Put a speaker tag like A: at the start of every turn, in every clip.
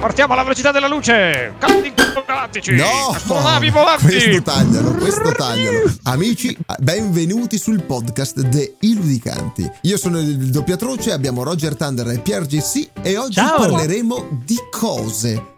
A: Partiamo alla velocità della luce! Campi galattici!
B: No!
A: Astronavi volanti!
B: Questo taglialo, questo taglialo. Amici, benvenuti sul podcast The Iludicanti. Io sono il doppio atroce, abbiamo Roger Thunder e Pier GC e oggi
C: Ciao.
B: parleremo di cose.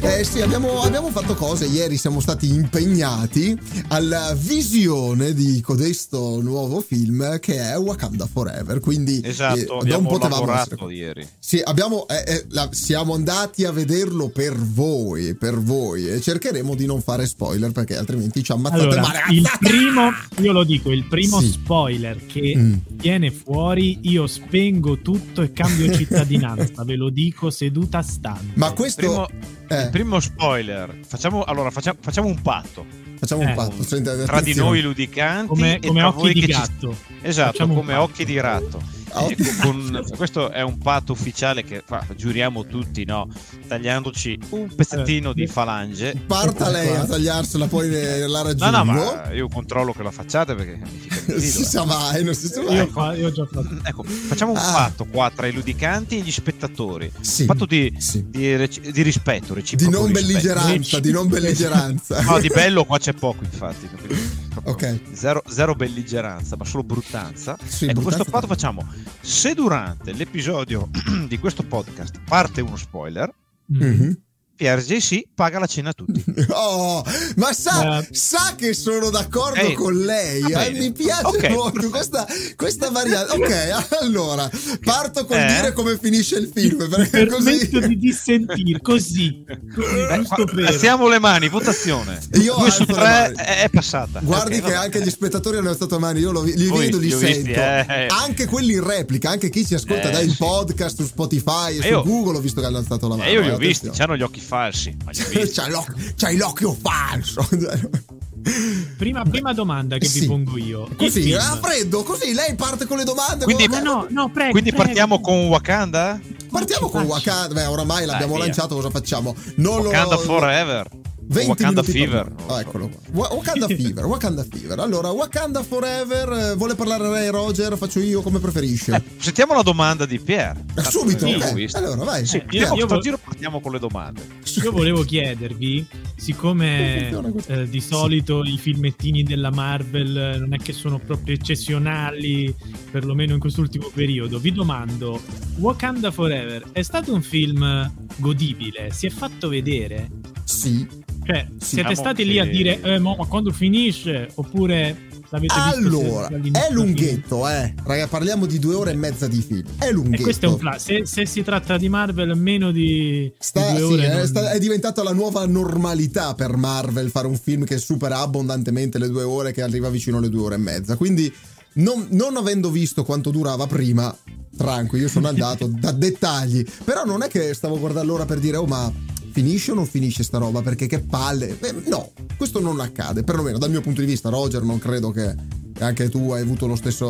B: Eh sì, abbiamo, abbiamo fatto cose, ieri siamo stati impegnati alla visione di codesto nuovo film che è Wakanda Forever, quindi eh,
D: Esatto,
B: non
D: abbiamo
B: potevamo essere
D: lavorato ieri.
B: sì, abbiamo, eh, eh, la- siamo andati a vederlo per voi, per voi e cercheremo di non fare spoiler perché altrimenti ci ammazzate
C: Allora,
B: male.
C: il primo, io lo dico, il primo
B: Sì.
C: spoiler che
B: Mm.
C: viene fuori, io spengo tutto e cambio cittadinanza, ve lo dico seduta stante.
B: Ma questo...
D: Primo,
B: eh,
D: il primo spoiler. Facciamo, allora, faccia- facciamo, un patto
B: facciamo un
C: eh,
B: patto. senti,
D: tra di
B: attenzione.
D: noi ludicanti
C: come,
D: e
C: come
D: tra
C: occhi
D: voi
C: di
D: che ci-
C: gatto.
D: Esatto,
C: Facciamo un
D: come
C: patto.
D: occhi di ratto.
B: Ah,
D: Eh,
B: ok.
D: con- questo è un patto ufficiale che fa- giuriamo tutti, no? Tagliandoci un
C: Eh,
D: pezzettino di falange.
C: Ecco
B: Parta lei a tagliarsela, poi ne- la
D: No,
B: raggiungo.
D: no, ma io controllo che la facciate perché mica mi fido,
B: si
D: eh.
B: sa mai, non si sa
C: Io,
B: mai.
C: fa- io ho già fatto.
D: Ecco, facciamo un
B: Ah.
D: patto qua tra i ludicanti e gli spettatori.
B: Sì,
D: Patto di,
B: sì.
D: di reci- di rispetto,
B: Di
D: reciproco
B: non
D: rispetto.
B: belligeranza, di non belligeranza.
D: No, di bello qua c'è poco, infatti. Proprio
B: Ok.
D: Zero, zero belligeranza, ma solo bruttanza.
B: Sì,
D: ecco,
B: bruttanza
D: questo fatto facciamo. Se durante l'episodio di questo podcast parte uno spoiler,
B: Mhm.
D: PRJC paga la cena a tutti.
B: Oh, ma sa,
C: Eh.
B: sa che sono d'accordo
D: Ehi,
B: con lei.
D: va
B: eh,
D: bene.
B: mi piace
D: Ok,
B: molto questa, questa variante. Ok, allora parto col
D: Eh.
B: dire come finisce il film.
C: Mi
B: Perché così
C: permetto di dissentire così, così
D: Eh,
C: giusto
D: qua-
C: per
D: alziamo le mani, votazione.
B: Io
D: Due su
B: alzo le
D: tre
B: mani.
D: è è passata.
B: Guardi
D: Ok,
B: che
D: vabbè.
B: anche gli spettatori hanno alzato mani, io lo- li
D: Voi,
B: vedo, li
D: li ho
B: sento.
D: visti, eh.
B: Anche quelli in replica, anche chi ci ascolta
D: Eh,
B: dai
D: sì.
B: podcast su Spotify e
D: Ma
B: su
D: io-
B: Google, ho visto che hanno alzato la mano.
D: Eh, io li ho
B: eh,
D: visti,
B: attenzione.
D: c'hanno gli occhi falsi. Ma li ho visti.
B: C'hai l'oc- c'hai l'occhio falso.
C: prima, prima domanda che
B: Sì.
C: vi pongo io. Il
B: Così, ah,
C: film-
B: a freddo, così lei parte con le domande.
D: Quindi-
B: con
C: Ma
B: la-
C: no, no, prego.
D: Quindi
C: prego.
D: partiamo con Wakanda?
B: Partiamo con
C: Facci.
B: Wakanda. Beh, oramai l'abbiamo
D: via.
B: lanciato, cosa facciamo? Non lo-
D: Wakanda Forever.
B: 20
D: Wakanda
B: minuti dopo.
D: Fever. non lo
B: Ah,
D: so.
B: eccolo qua. Wa- Wakanda Fever, Wakanda Fever. Allora, Wakanda Forever, eh, vuole parlare lei Roger, faccio io come preferisce.
D: Eh, sentiamo la domanda di Pier.
B: Subito,
C: sì,
B: ok.
D: l'ho visto.
B: allora vai.
D: Sì,
C: io-
D: io,
C: io vo-
D: giro partiamo con le domande.
C: Io volevo chiedervi, siccome
B: Attenzione, questo-
C: eh, di solito i filmettini della Marvel eh, non è che sono proprio eccezionali, perlomeno in quest'ultimo periodo, vi domando, Wakanda Forever è stato un film godibile? Si è fatto vedere?
B: Sì.
C: Cioè, siete
D: Diciamo
C: stati
D: che-
C: lì a dire, eh, mo, ma quando finisce? Oppure l'avete visto?
B: Allora,
C: se-
B: è
C: dall'inizio alla fine?
B: lunghetto, eh. Raga, parliamo di due ore e mezza di film. È
C: E
B: lunghetto.
C: questo è un flash. Se, se si tratta di Marvel, meno di,
B: Sta-
C: di due
B: sì,
C: ore.
B: eh,
C: non-
B: sta- è diventata la nuova normalità per Marvel fare un film che supera abbondantemente le due ore, che arriva vicino alle due ore e mezza. Quindi, non, non avendo visto quanto durava prima, tranquillo, io sono andato da dettagli. Però non è che stavo guardando l'ora per dire, oh, ma finisce o non finisce sta roba? Perché che palle. Beh, no, questo non accade. Perlomeno dal mio punto di vista, Roger, non credo che anche tu hai avuto lo stesso,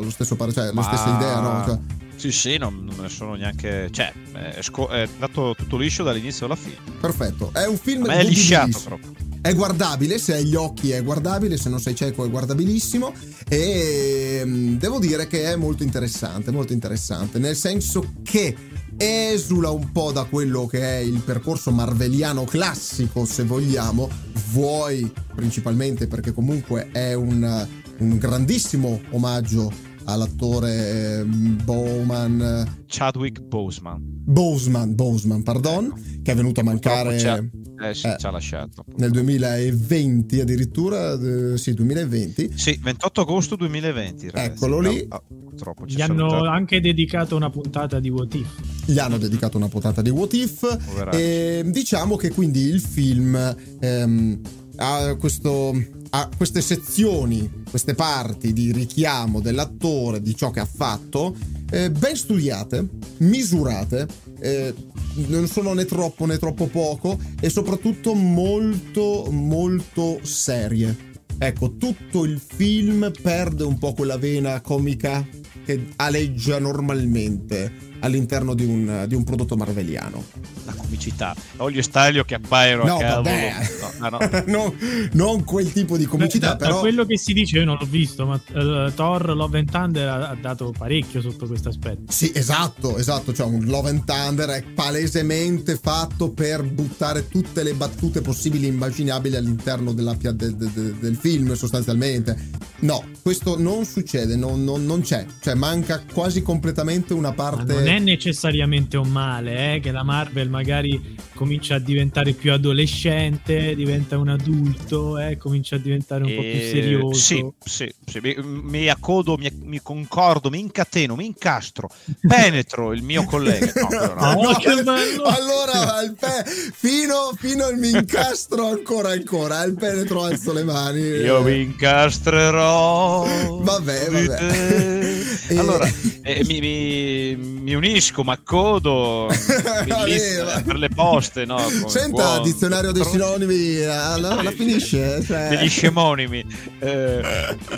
B: lo stesso pare- cioè, la
D: Ma-
B: stessa idea, no? Cioè,
D: Sì, sì, non, non ne sono neanche. Cioè, è, sco- è andato tutto liscio dall'inizio alla fine.
B: perfetto. È un film
D: Ma è lisciato
B: godibilissimo.
D: proprio.
B: È guardabile, se hai gli occhi è guardabile, se non sei cieco è guardabilissimo e mm, devo dire che è molto interessante, molto interessante, nel senso che esula un po' da quello che è il percorso marveliano classico, se vogliamo, vuoi principalmente perché comunque è un, un grandissimo omaggio all'attore eh, Bowman,
D: Chadwick Boseman.
B: Boseman, Boseman, pardon, che è venuto a mancare...
D: Purtroppo ci ha- eh, sì,
B: eh,
D: ci ha lasciato.
B: nel 2020 addirittura, eh, sì 2020,
D: Sì, 28 agosto 2020. ragazzi.
B: Eccolo lì.
D: Ah, ah, purtroppo ci
C: Gli
D: ha
C: hanno
D: salutato.
C: anche dedicato una puntata di What If.
B: gli hanno dedicato una potata di What If
D: Poveracci.
B: e diciamo che quindi il film ehm, ha, questo, ha queste sezioni, queste parti di richiamo dell'attore, di ciò che ha fatto, eh, ben studiate, misurate, eh, non sono né troppo né troppo poco e soprattutto molto molto serie. Ecco, tutto il film perde un po' quella vena comica che aleggia normalmente. all'interno di un, di un prodotto marveliano.
D: La comicità. Olio e staglio che appaiono
B: No,
D: a cavolo.
B: vabbè.
D: No, no, no.
B: non, non quel tipo di comicità,
C: da, da
B: però.
C: quello che si dice, io non l'ho visto, ma eh, Thor Love and Thunder ha, ha dato parecchio sotto questo aspetto.
B: Sì, esatto, esatto. Cioè, un Love and Thunder è palesemente fatto per buttare tutte le battute possibili e immaginabili all'interno della pia- de- de- de- del film, sostanzialmente. No, questo non succede, non, non- non c'è. Cioè, manca quasi completamente una
C: Ma
B: parte.
C: non è necessariamente un male, eh, che la Marvel magari comincia a diventare più adolescente, diventa un adulto, eh, comincia a diventare un po' più
D: Eh,
C: serioso.
D: Sì, sì, sì. Mi, mi accodo, mi, mi concordo, mi incateno, mi incastro, penetro il mio collega. No, però no.
C: No, che bello!
B: cioè, Allora, al pe- fino, fino al mi incastro ancora, ancora. Al penetro alzo le mani.
D: Io mi incastrerò.
B: Vabbè,
D: di
B: vabbè.
D: te.
B: E-
D: Allora, eh, mi, mi- mi unisco, mi accodo mi listo
B: Vabbè.
D: eh, per le poste, no? Come
B: Senta,
D: buon-
B: dizionario dei sinonimi, eh, alla, alla finisce. Cioè...
D: degli scemonimi. Eh,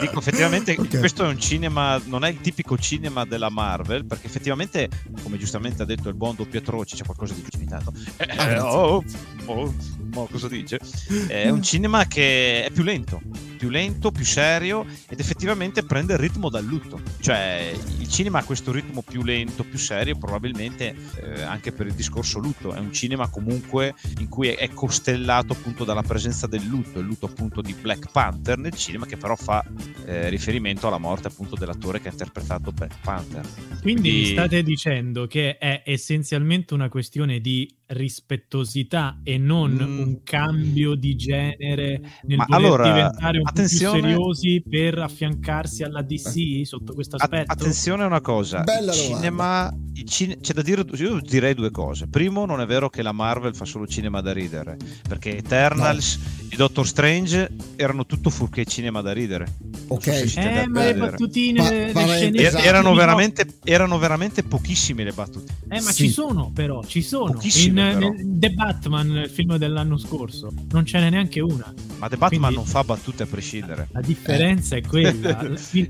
D: dico effettivamente
B: Ok.
D: questo è un cinema, non è il tipico cinema della Marvel, perché effettivamente, come giustamente ha detto il buon doppio atroce, c'è qualcosa di giustificato. Eh,
B: Ah, grazie.
D: oh, oh, mo cosa dice? È un cinema che è più lento, più lento, più serio ed effettivamente prende il ritmo dal lutto. Cioè, il cinema ha questo ritmo più lento, più serio, probabilmente eh, anche per il discorso lutto. È un cinema comunque in cui è, è costellato appunto dalla presenza del lutto, il lutto appunto di Black Panther nel cinema che però fa eh, riferimento alla morte appunto dell'attore che ha interpretato Black Panther.
C: Quindi
D: Quindi-
C: state dicendo che è essenzialmente una questione di rispettosità e non
D: Mm.
C: un cambio di genere nel
D: Ma
C: voler
D: allora,
C: diventare un po' più
D: attenzione-
C: seriosi per affiancarsi alla DC sotto questo
D: A-
C: aspetto.
D: attenzione a una cosa,
B: Bella
D: il
B: domanda.
D: cinema, il cine- c'è da dire, io direi due cose. Primo, non è vero che la Marvel fa solo cinema da ridere, perché Eternals e Doctor Strange erano tutto fuorché cinema da ridere. Non
B: Ok.
D: so se siete
C: eh,
B: Cioè,
C: ma le
B: beh,
D: d'accordo.
C: battutine,
B: Ma-
C: le- le
B: ma-
C: scenette-
D: Er-
B: Esatto.
D: erano, veramente, erano veramente pochissime le battute.
C: Eh, ma
B: sì.
C: ci sono, però, ci sono. In,
D: Pochissime, però.
C: nel- The Batman, il film dell'anno scorso, non ce n'è neanche una.
D: Ma The Batman
C: Quindi-
D: non fa battute a prescindere.
C: La differenza è quella.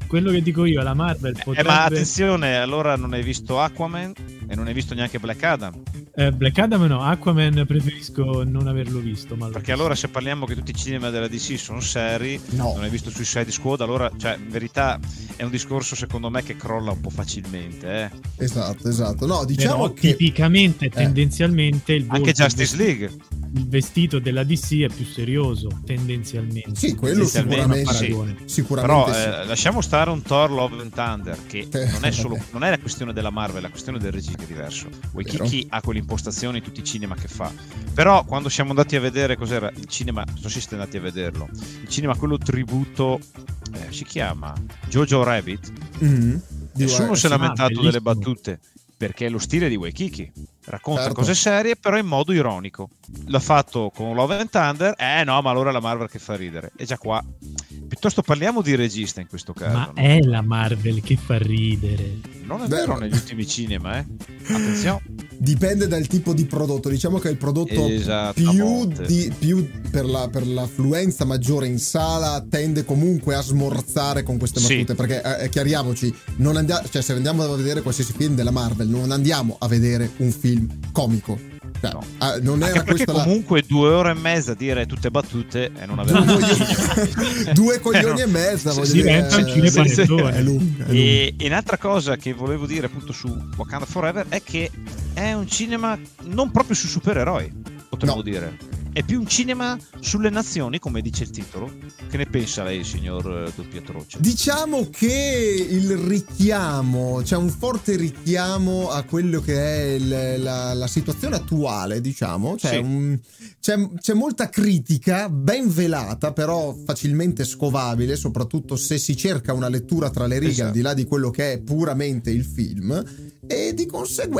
C: Quello che dico io, la Marvel
D: Eh,
C: potrebbe...
D: ma attenzione, allora non hai visto Aquaman e non hai visto neanche Black Adam.
C: Eh, Black Adam no, Aquaman preferisco non averlo visto. Ma l'ho
D: Perché
C: visto.
D: allora se parliamo che tutti i cinema della DC sono seri,
B: No.
D: non hai visto Suicide Squad, allora, cioè, in verità è un discorso secondo me che crolla un po' facilmente. eh.
B: Esatto, esatto. No, diciamo
C: Però,
B: che
C: tipicamente, tendenzialmente, il, volto,
D: Anche Justice League.
C: il vestito della DC è più serioso, tendenzialmente.
B: Sì, quello
D: Essenzialmente,
B: sicuramente.
D: sì.
C: Paragone.
B: Sicuramente
D: Però eh, lasciamo stare un Thor Love and Thunder che
B: Eh,
D: non è, solo,
B: vabbè.
D: non è la questione della Marvel, è la questione del regista che è diverso. Waikiki ha quell'impostazione in tutti i cinema che fa. Però quando siamo andati a vedere cos'era il cinema, non so se siete andati a vederlo, il cinema quello tributo eh, si chiama Jojo Rabbit.
B: sì. Mm. Di
D: Nessuno
B: guarda,
D: si è
C: sì. Ah,
D: lamentato
C: bellissimo.
D: delle battute perché è lo stile di Waikiki. Racconta
B: Certo.
D: cose serie, però in modo ironico. L'ha fatto con Love and Thunder, eh no, ma allora è la Marvel che fa ridere. E già qua. Piuttosto parliamo di regista in questo caso.
C: Ma
D: no?
C: è la Marvel che fa ridere.
D: Non è
B: Vero.
D: vero negli ultimi cinema, eh. Attenzione.
B: Dipende dal tipo di prodotto. Diciamo che il prodotto
D: Eh,
B: più,
D: Esattamente.
B: di- più per, la, per l'affluenza maggiore in sala tende comunque a smorzare con queste
D: Sì.
B: battute. Perché eh, eh, chiariamoci, non andia- cioè, se andiamo a vedere qualsiasi film della Marvel, non andiamo a vedere un film comico. Cioè,
D: No.
B: ah, non
D: Anche
B: era
D: perché
B: questa la.
D: comunque due ore e mezza dire tutte battute e non avere
B: Due
D: un
B: coglioni- due coglioni
D: Eh,
B: e mezza, voglio dire. eh,
C: diventa un cinema
B: sì,
C: lettore.
B: è lunga, è lunga.
D: E, e un'altra cosa che volevo dire appunto su Wakanda Forever è che è un cinema non proprio su supereroi, potremmo
B: No.
D: dire. È più un cinema sulle nazioni, come dice il titolo. Che ne pensa lei, signor eh, Doppio Atroce?
B: Diciamo che il richiamo, c'è un forte richiamo a quello che è il- la, la situazione attuale, diciamo, Cioè,
D: Sì.
B: un- c'è, c'è molta critica, ben velata, però facilmente scovabile, soprattutto se si cerca una lettura tra le righe,
D: Esatto.
B: al di là di quello che è puramente il film, e di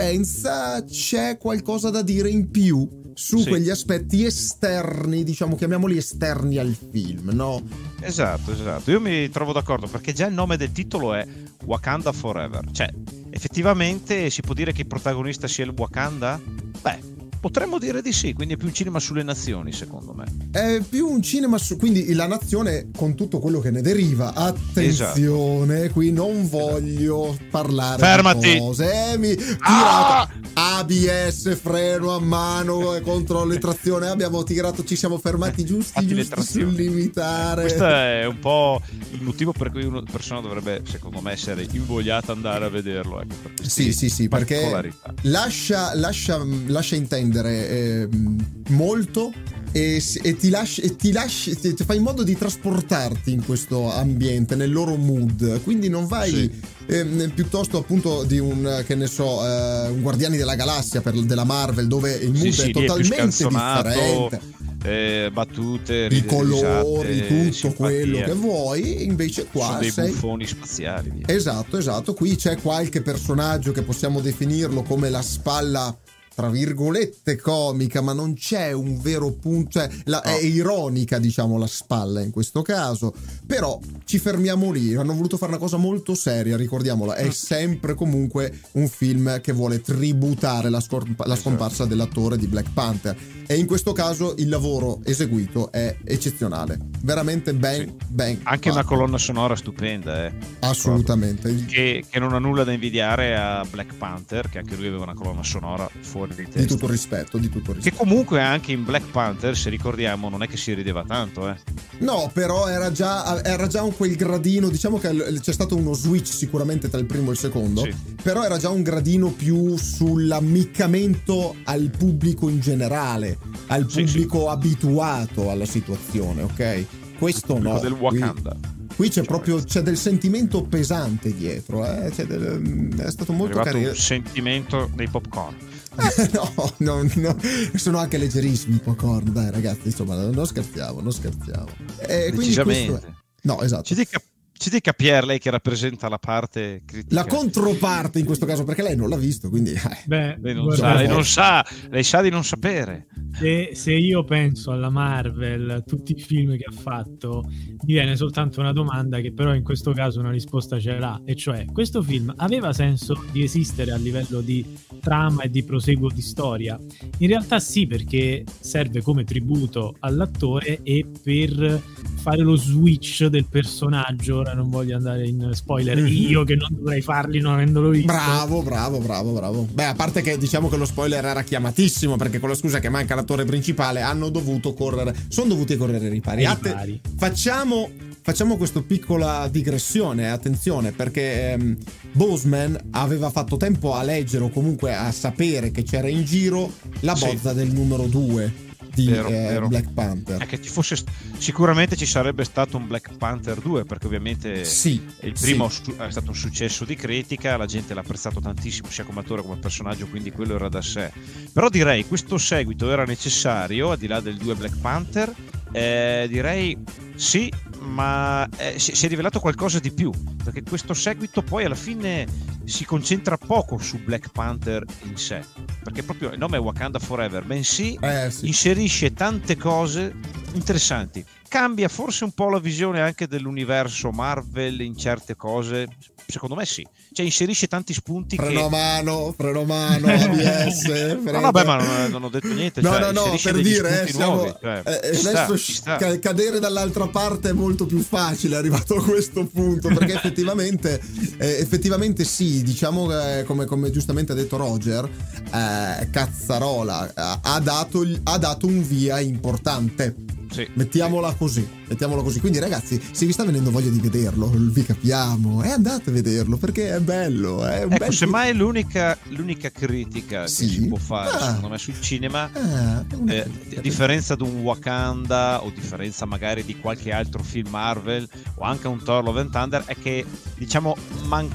B: conseguenza c'è qualcosa da dire in più su
D: Sì.
B: quegli aspetti esterni, diciamo, chiamiamoli esterni al film, no?
D: Esatto, esatto. Io mi trovo d'accordo perché già il nome del titolo è Wakanda Forever. Cioè, effettivamente si può dire che il protagonista sia il Wakanda? Beh, potremmo dire di sì, quindi è più un cinema sulle nazioni, secondo me.
B: È più un cinema su. Quindi la nazione con tutto quello che ne deriva. Attenzione, qui non voglio parlare
D: Esatto. Fermati.
B: di cose. Eh, mi- tirata.
D: Ah!
B: ABS, freno a mano, eh, controllo e trazione. Abbiamo tirato, ci siamo fermati giusti,
D: Eh, Fatti le
B: giusti
D: trazioni.
B: sul limitare.
D: Questo è un po' il motivo per cui una persona dovrebbe, secondo me, essere invogliata ad andare a vederlo. Ecco, per questi
B: Sì, sì, sì, perché-
D: particolarità.
B: lascia, lascia- lascia intendere ehm, molto e, s- e ti lasci, e ti lasci ti, ti fai in modo di trasportarti in questo ambiente, nel loro mood. Quindi non vai
D: Sì.
B: ehm, piuttosto appunto di un eh, che ne so, eh, un Guardiani della Galassia per- della Marvel, dove il mood
D: Sì, sì,
B: è
D: lì è più
B: totalmente
D: scanzonato,
B: differente.
D: Eh, battute,
B: I
D: ride-
B: colori,
D: risate,
B: tutto
D: simpatia.
B: quello che vuoi, invece
D: sono
B: qua
D: dei
B: sei
D: buffoni spaziali. via.
B: Esatto, esatto. Qui c'è qualche personaggio che possiamo definirlo come la spalla tra virgolette comica, ma non c'è un vero punto, cioè la- è ironica diciamo la spalla in questo caso, però ci fermiamo lì, hanno voluto fare una cosa molto seria, ricordiamola,
D: Mm.
B: è sempre comunque un film che vuole tributare la, scor-
D: Esatto.
B: la scomparsa dell'attore di Black Panther e in questo caso il lavoro eseguito è eccezionale, veramente ben, ben
D: Anche una
B: fatto.
D: colonna sonora stupenda, eh,
B: assolutamente. Il-
D: che, che non ha nulla da invidiare a Black Panther, che anche lui aveva una colonna sonora fuori di testa.
B: di tutto rispetto, di tutto
D: Che
B: rispetto.
D: comunque anche in Black Panther, se ricordiamo, non è che si rideva tanto, eh.
B: No, però era già, era già un quel gradino, diciamo che l- c'è stato uno switch sicuramente tra il primo e il secondo,
D: Sì.
B: però era già un gradino più sull'ammiccamento al pubblico in generale, al
D: Sì,
B: pubblico abituato alla situazione, ok? Questo
D: Quello
B: no.
D: del
B: Qui,
D: Wakanda.
B: qui c'è proprio c'è del sentimento pesante dietro, eh? c'è del- è stato
D: È
B: molto
D: arrivato
B: carino.
D: un sentimento dei popcorn.
B: no, no, no, sono anche leggerissimi i popcorn, dai ragazzi, insomma, non scherziamo, non scherziamo. E quindi questo è-
D: decisamente.
B: No, esatto.
D: Ci dica, ci dica Pierre, lei che rappresenta la parte critica.
B: La controparte in questo caso, perché lei non l'ha visto, quindi... eh.
C: Beh,
D: Lei non,
C: guarda,
D: sa, lei non sa, lei sa di non sapere.
C: se, se io penso alla Marvel, tutti i film che ha fatto, mi viene soltanto una domanda che però in questo caso una risposta ce l'ha, e cioè questo film aveva senso di esistere a livello di trama e di proseguo di storia? In realtà sì, perché serve come tributo all'attore e per fare lo switch del personaggio, ora non voglio andare in spoiler,
B: Mhm.
C: io che non dovrei farli non avendolo visto.
B: Bravo, bravo, bravo, bravo. Beh, a parte che diciamo che lo spoiler era chiamatissimo, perché con la scusa che manca l'attore principale hanno dovuto correre... Sono dovuti correre ai ripari.
D: Eh,
C: Ai
B: Atte-
C: ripari.
B: Facciamo, facciamo questa piccola digressione, attenzione, perché ehm, Boseman aveva fatto tempo a leggere o comunque a sapere che c'era in giro la
D: Sì.
B: bozza del numero 2 di
D: Vero,
B: eh,
D: vero.
B: Black Panther.
D: Eh, che ci fosse st- sicuramente ci sarebbe stato un Black Panther 2, perché ovviamente
B: Sì,
D: Eh, il
B: sì.
D: primo su- è stato un successo di critica, la gente l'ha apprezzato tantissimo sia come attore che come personaggio, quindi quello era da sé. Però direi questo seguito era necessario, al di là del 2 Black Panther, eh, direi sì, ma eh, si si è rivelato qualcosa di più, perché questo seguito poi alla fine si concentra poco su Black Panther in sé, perché proprio il nome è Wakanda Forever, bensì
B: Eh, sì.
D: inserisce tante cose interessanti. Cambia forse un po' la visione anche dell'universo Marvel in certe cose. Secondo me sì. Cioè inserisce tanti spunti che...
B: Freno a mano, freno a mano, ABS.
D: No,
B: freno-
D: no, beh, Ah, ma non, non ho detto niente.
B: No,
D: cioè,
B: no, no,
D: inserisce
B: per
D: degli
B: dire, eh,
D: spunti
B: siamo-
D: nuovi, cioè,
B: eh,
D: ci sta,
B: adesso
D: ci sta.
B: ca- cadere dall'altra parte è molto più facile, è arrivato a questo punto, perché effettivamente, eh, effettivamente sì, diciamo eh, come, come giustamente ha detto Roger, eh, Cazzarola eh, ha, dato, il- ha dato un via importante.
D: Sì.
B: Mettiamola così, mettiamola così. Quindi ragazzi, se vi sta venendo voglia di vederlo, vi capiamo, e andate a vederlo perché è bello, è un
D: Ecco,
B: bel
D: semmai l'unica, l'unica critica
B: Sì.
D: che si può fare,
B: Ah.
D: secondo me, sul cinema
B: Ah, è una
D: Eh,
B: critica.
D: a differenza di un Wakanda o differenza magari di qualche altro film Marvel o anche un Thor Love and Thunder è che diciamo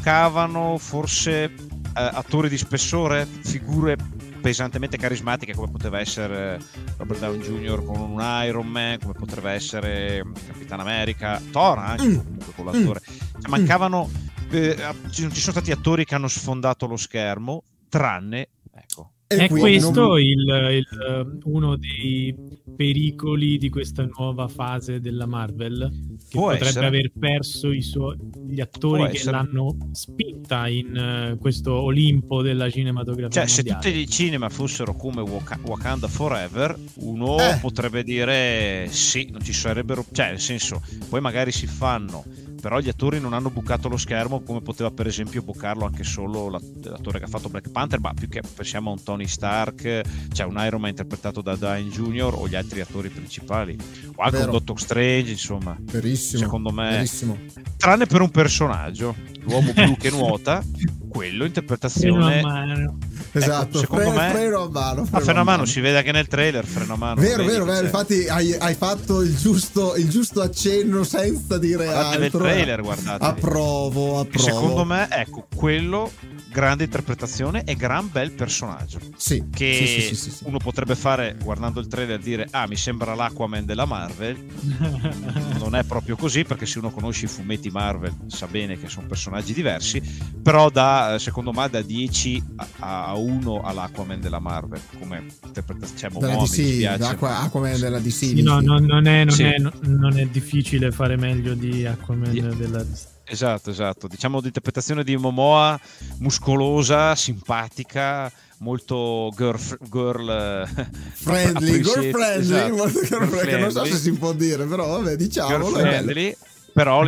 D: mancavano forse eh, attori di spessore figure pesantemente carismatiche come poteva essere eh, Robert Downey Jr. con un Iron Man come potrebbe essere mm, Capitan America Thor anche
B: Mm.
D: comunque con l'attore Cioè, mancavano eh, ci ci sono stati attori che hanno sfondato lo schermo tranne ecco
B: E
C: È
B: qui
C: questo
B: non-
C: il- il, eh, uno dei pericoli di questa nuova fase della Marvel che
D: Può
C: potrebbe
D: essere.
C: aver perso i suoi- gli attori
D: Può
C: che
D: essere.
C: l'hanno spinta in eh, questo Olimpo della cinematografia
D: Cioè, se
C: mondiale.
D: tutti i cinema fossero come Waka- Wakanda Forever, uno
B: Eh.
D: potrebbe dire sì, non ci sarebbero. Cioè, nel senso, poi magari si fanno, però gli attori non hanno bucato lo schermo come poteva, per esempio, bucarlo anche solo la- l'attore che ha fatto Black Panther. Ma più che pensiamo a un Tony Stark, cioè un Iron Man interpretato da Dine Jr. o gli altri attori principali, o anche
B: Vero.
D: un Doctor Strange, insomma.
B: Verissimo.
D: Secondo me,
B: verissimo.
D: tranne per un personaggio, l'uomo blu che nuota, quello interpretazione.
C: Freno a mano.
B: Esatto.
D: Ecco, secondo
B: Fre-
D: me-
B: freno a mano.
D: Ah, freno a mano,
B: sì
D: si vede anche nel trailer, freno a mano.
B: Vero,
D: vedi cioè-
B: vero,
D: che
B: vero,
D: c'è.
B: infatti hai, hai fatto il giusto, il giusto accenno senza dire
D: Guardatevi il
B: eh, altro.
D: trailer, guardatevi.
B: Approvo, approvo.
D: E secondo me, ecco, quello grande interpretazione e gran bel personaggio.
B: sì.
D: Che
B: sì, sì, sì, sì, sì.
D: uno potrebbe fare guardando il trailer dire ah mi sembra l'Aquaman della Marvel non è proprio così perché se uno conosce i fumetti Marvel sa bene che sono personaggi diversi però da eh, secondo me da 10 a, a 1 all'Aquaman della Marvel come interpretazione cioè,
B: Della
D: boh, mi
B: DC,
D: dispiace.
B: Aqua- Aquaman ah, della DC.
C: Sì, no,
B: dici.
C: no, non, è, non
D: Sì.
C: è- non è difficile fare meglio di Aquaman
D: Di-
C: della
D: Esatto, esatto. Diciamo l'interpretazione di Momoa muscolosa, simpatica, molto girl. girl eh,
B: Friendly, girl
D: appreciate-
B: friendly,
D: esatto,
B: molto girl
D: girl
B: friendly, non so se
D: friendly,
B: si può dire, però vabbè,
D: girl
B: diciamolo. è bello.
D: friendly, Però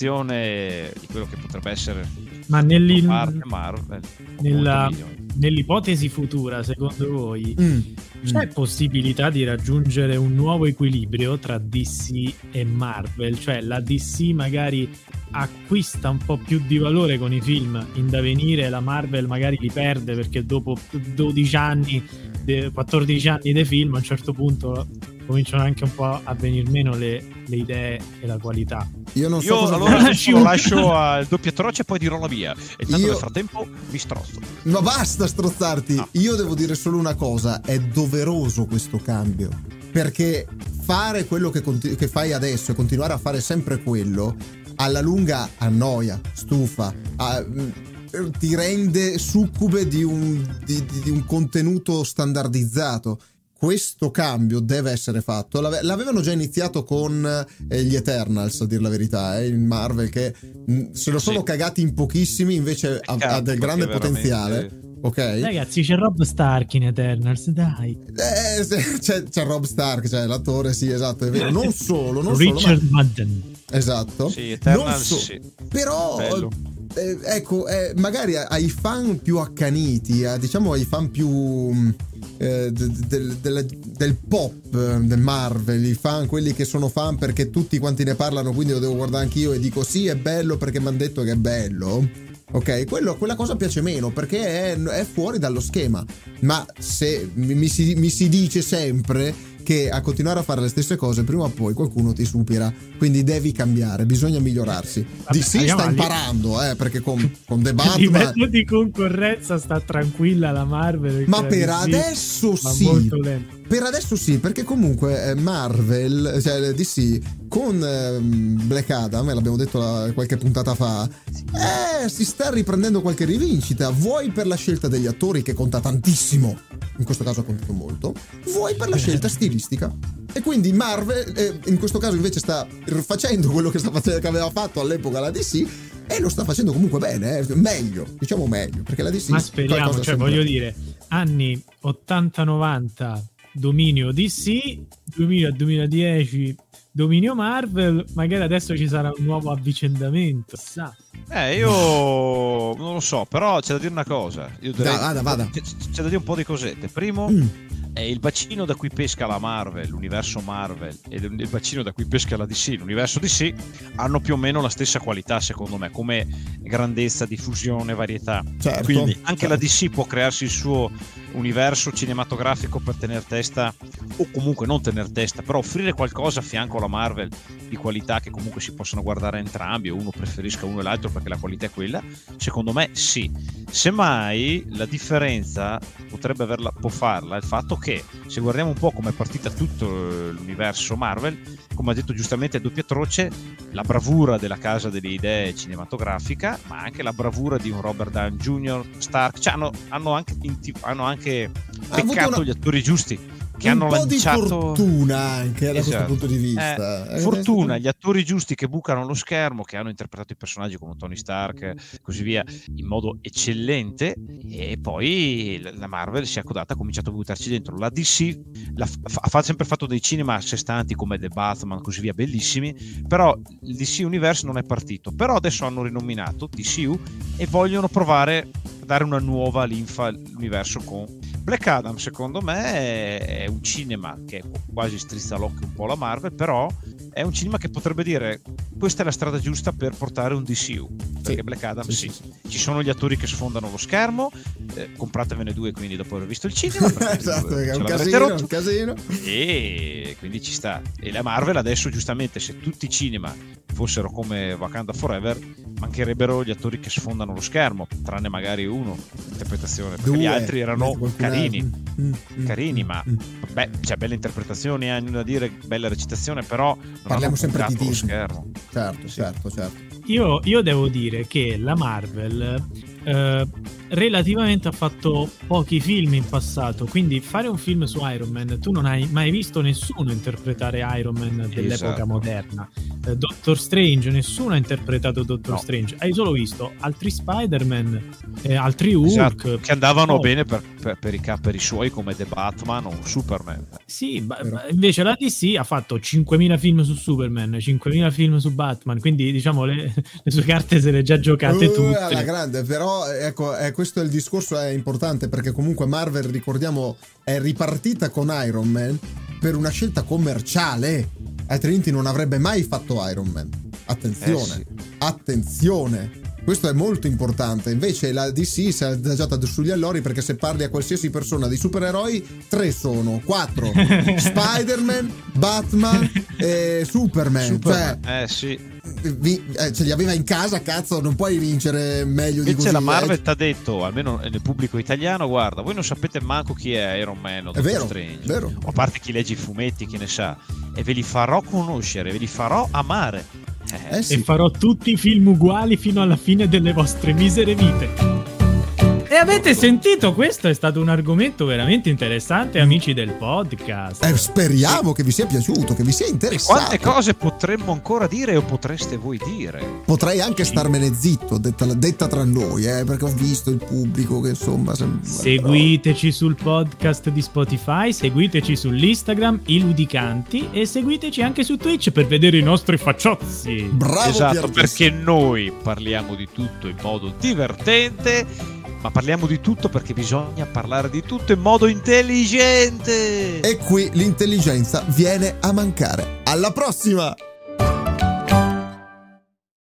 D: l'interpretazione di quello che potrebbe essere
C: Ma nell'in-
D: la parte Marvel è
C: nella-
D: molto migliore.
C: Nell'ipotesi futura, secondo voi,
B: Mm,
C: C'è possibilità di raggiungere un nuovo equilibrio tra DC e Marvel, cioè la DC magari acquista un po' più di valore con i film in divenire, la Marvel magari li perde perché dopo 12 anni, de- 14 anni dei film a un certo punto cominciano anche un po' a venir meno le, le idee e la qualità.
B: Io non so
D: Io
B: cosa
D: allora adesso lo
C: Shoot.
D: lascio al doppiatroce e poi dirò la mia. E tanto
B: Io-
D: nel frattempo mi strozzo.
B: Ma basta strozzarti.
D: No.
B: Io devo dire solo una cosa: è doveroso questo cambio. Perché fare quello che, conti- che fai adesso e continuare a fare sempre quello, alla lunga annoia, stufa, a- mh, ti rende succube di un, di- di- di un contenuto standardizzato. Questo cambio deve essere fatto. L'ave- L'avevano già iniziato con eh, gli Eternals, a dir la verità, eh, in Marvel, che mh, se lo
D: Sì.
B: sono cagati in pochissimi, invece ha, ha del grande
D: Perché
B: potenziale.
D: veramente-
B: Ok,
C: Ragazzi, c'è Rob Stark in Eternals, dai.
B: Eh, se- c'è, c'è Rob Stark, cioè l'attore, sì, esatto, è vero. Non solo, non solo,
C: Richard Madden.
B: ma- esatto.
D: Sì, Eternals,
B: Non so-
D: sì.
B: Però,
D: Bello.
B: eh, ecco, eh, magari a- ai fan più accaniti, a- diciamo ai fan più mh, eh, de- de- del, delle- del pop, eh, del Marvel, i fan, quelli che sono fan perché tutti quanti ne parlano, quindi lo devo guardare anch'io e dico sì, è bello perché mi hanno detto che è bello. Ok, quello- quella cosa piace meno perché è, è fuori dallo schema. Ma se mi, mi si, mi si dice sempre che a continuare a fare le stesse cose prima o poi qualcuno ti supera. Quindi devi cambiare, bisogna migliorarsi.
C: Vabbè,
B: DC
C: andiamo
B: sta
C: a lì.
B: imparando, eh, perché con, con The
C: A
B: Batman.
C: livello di concorrenza sta tranquilla la Marvel.
B: Ma
C: perché
B: per
C: la DC
B: adesso
C: va
B: sì,
C: molto lento.
B: per adesso sì, perché comunque eh, Marvel, cioè DC, con ehm, Black Adam, e l'abbiamo detto la- qualche puntata fa, eh, si sta riprendendo qualche rivincita. Vuoi per la scelta degli attori, che conta tantissimo, in questo caso ha contato molto, vuoi per la scelta stilistica. E quindi Marvel, eh, in questo caso invece sta facendo quello che, sta facendo, che aveva fatto all'epoca la DC, e lo sta facendo comunque bene, eh, meglio, diciamo meglio, perché la DC...
C: Ma speriamo,
B: qualcosa
C: cioè
B: sempre-
C: voglio dire, anni 80-90 dominio DC, 2000-2010 dominio Marvel, magari adesso ci sarà un nuovo avvicendamento. Sa.
D: Eh, io non lo so, però c'è da dire una cosa. Io direi-
B: vada, vada.
D: C'è, c'è da dire un po' di cosette. Primo,
B: Mm.
D: è il bacino da cui pesca la Marvel, l'universo Marvel, e l- il bacino da cui pesca la DC, l'universo DC, hanno più o meno la stessa qualità, secondo me, come grandezza, diffusione, varietà.
B: Certo,
D: Quindi anche
B: certo.
D: la DC può crearsi il suo universo cinematografico per tenere testa, o comunque non tenere testa, però offrire qualcosa a fianco alla Marvel di qualità che comunque si possono guardare entrambi, o uno preferisca uno e l'altro perché la qualità è quella. Secondo me sì. Semmai la differenza potrebbe averla, può farla il fatto che se guardiamo un po' come è partita tutto eh, l'universo Marvel, come ha detto giustamente il doppiatroce, la bravura della casa delle idee cinematografica, ma anche la bravura di un Robert Downey Jr., Stark, cioè hanno, hanno anche, inti- hanno anche
B: Ha avuto
D: beccato
B: una-
D: gli attori giusti che
B: un
D: hanno
B: po' di
D: lanciato...
B: fortuna anche da questo
D: Esatto.
B: punto di vista.
D: Eh,
B: Eh,
D: fortuna, gli attori giusti che bucano lo schermo, che hanno interpretato i personaggi come Tony Stark e così via in modo eccellente e poi l- la Marvel si è accodata, ha cominciato a buttarci dentro. La DC la f- fa- ha sempre fatto dei cinema a sé stanti come The Batman, così via, bellissimi, però il DC Universe non è partito, però adesso hanno rinominato DCU e vogliono provare a dare una nuova linfa all'universo con Black Adam secondo me è un cinema che quasi strizza l'occhio un po' alla Marvel però è un cinema che potrebbe dire questa è la strada giusta per portare un DCU perché Black Adam sì, ci sono gli attori che sfondano lo schermo eh, compratevene due quindi dopo aver visto il cinema perché
B: esatto,
D: ce
B: è un
D: l'avrete
B: casino,
D: rotto
B: un casino.
D: e quindi ci sta. E la Marvel adesso, giustamente, se tutti i cinema fossero come Wakanda Forever, mancherebbero gli attori che sfondano lo schermo, tranne magari uno, interpretazione, perché gli
B: Due,
D: altri erano
B: qualcun
D: carini.
B: altro. Mm, mm,
D: Carini,
B: mm,
D: ma-
B: mm.
D: Beh, c'è belle interpretazioni, hanno da dire, bella recitazione, però non
B: Parliamo
D: hanno
B: sempre di
D: bucato lo
B: Disney.
D: schermo.
B: Certo,
D: Sì.
B: certo, certo.
C: Io, io devo dire che la Marvel eh, relativamente ha fatto pochi film in passato, quindi fare un film su Iron Man, tu non hai mai visto nessuno interpretare Iron Man dell'epoca
D: Esatto.
C: moderna. Eh, Doctor Strange, nessuno ha interpretato Doctor
D: No.
C: Strange, hai solo visto altri Spider-Man, eh, altri Hulk.
D: Esatto, che andavano
C: Oh.
D: bene per, per- per i caperi suoi come The Batman o Superman.
C: Sì, ba-
B: Vero.
C: ba- invece la DC ha fatto 5.000 film su Superman, 5.000 film su Batman, quindi diciamo le, le sue carte se le ha già giocate
B: Eh,
C: tutte.
B: alla grande, però ecco, eh, questo è il discorso è importante perché comunque Marvel, ricordiamo, è ripartita con Iron Man per una scelta commerciale, altrimenti non avrebbe mai fatto Iron Man.
D: Eh,
B: Attenzione,
D: sì.
B: attenzione. Questo è molto importante. Invece la DC si è adagiata sugli allori perché se parli a qualsiasi persona di supereroi, tre sono, quattro. Spider-Man, Batman e Superman. Cioè,
D: Superman. Eh sì,
B: vi- eh, ce li aveva in casa, cazzo, non puoi vincere meglio di così.
D: Invece la Marvel
B: eh.
D: ti ha detto, almeno nel pubblico italiano, guarda, voi non sapete manco chi è Iron Man o Doctor
B: È vero,
D: Strange.
B: vero.
D: O a parte chi legge i fumetti, chi ne sa. E ve li farò conoscere, ve li farò amare. Eh,
B: Eh
C: E
B: sì.
C: farò tutti i film uguali fino alla fine delle vostre misere vite. E avete sentito? Questo è stato un argomento veramente interessante, amici del podcast.
B: Eh, speriamo che vi sia piaciuto, che vi sia
D: e quante
B: interessato.
D: cose potremmo ancora dire o potreste voi dire?
B: Potrei anche starmene zitto, detta, detta tra noi, eh, perché ho visto il pubblico che insomma. sembra-
C: Seguiteci sul podcast di Spotify, seguiteci sull'Instagram, i Ludicanti, e seguiteci anche su Twitch per vedere i nostri facciozzi.
B: Bravo,
D: esatto,
B: Pierluigi.
D: perché noi parliamo di tutto in modo divertente, ma parliamo di tutto perché bisogna parlare di tutto in modo intelligente.
B: E qui l'intelligenza viene a mancare. Alla prossima!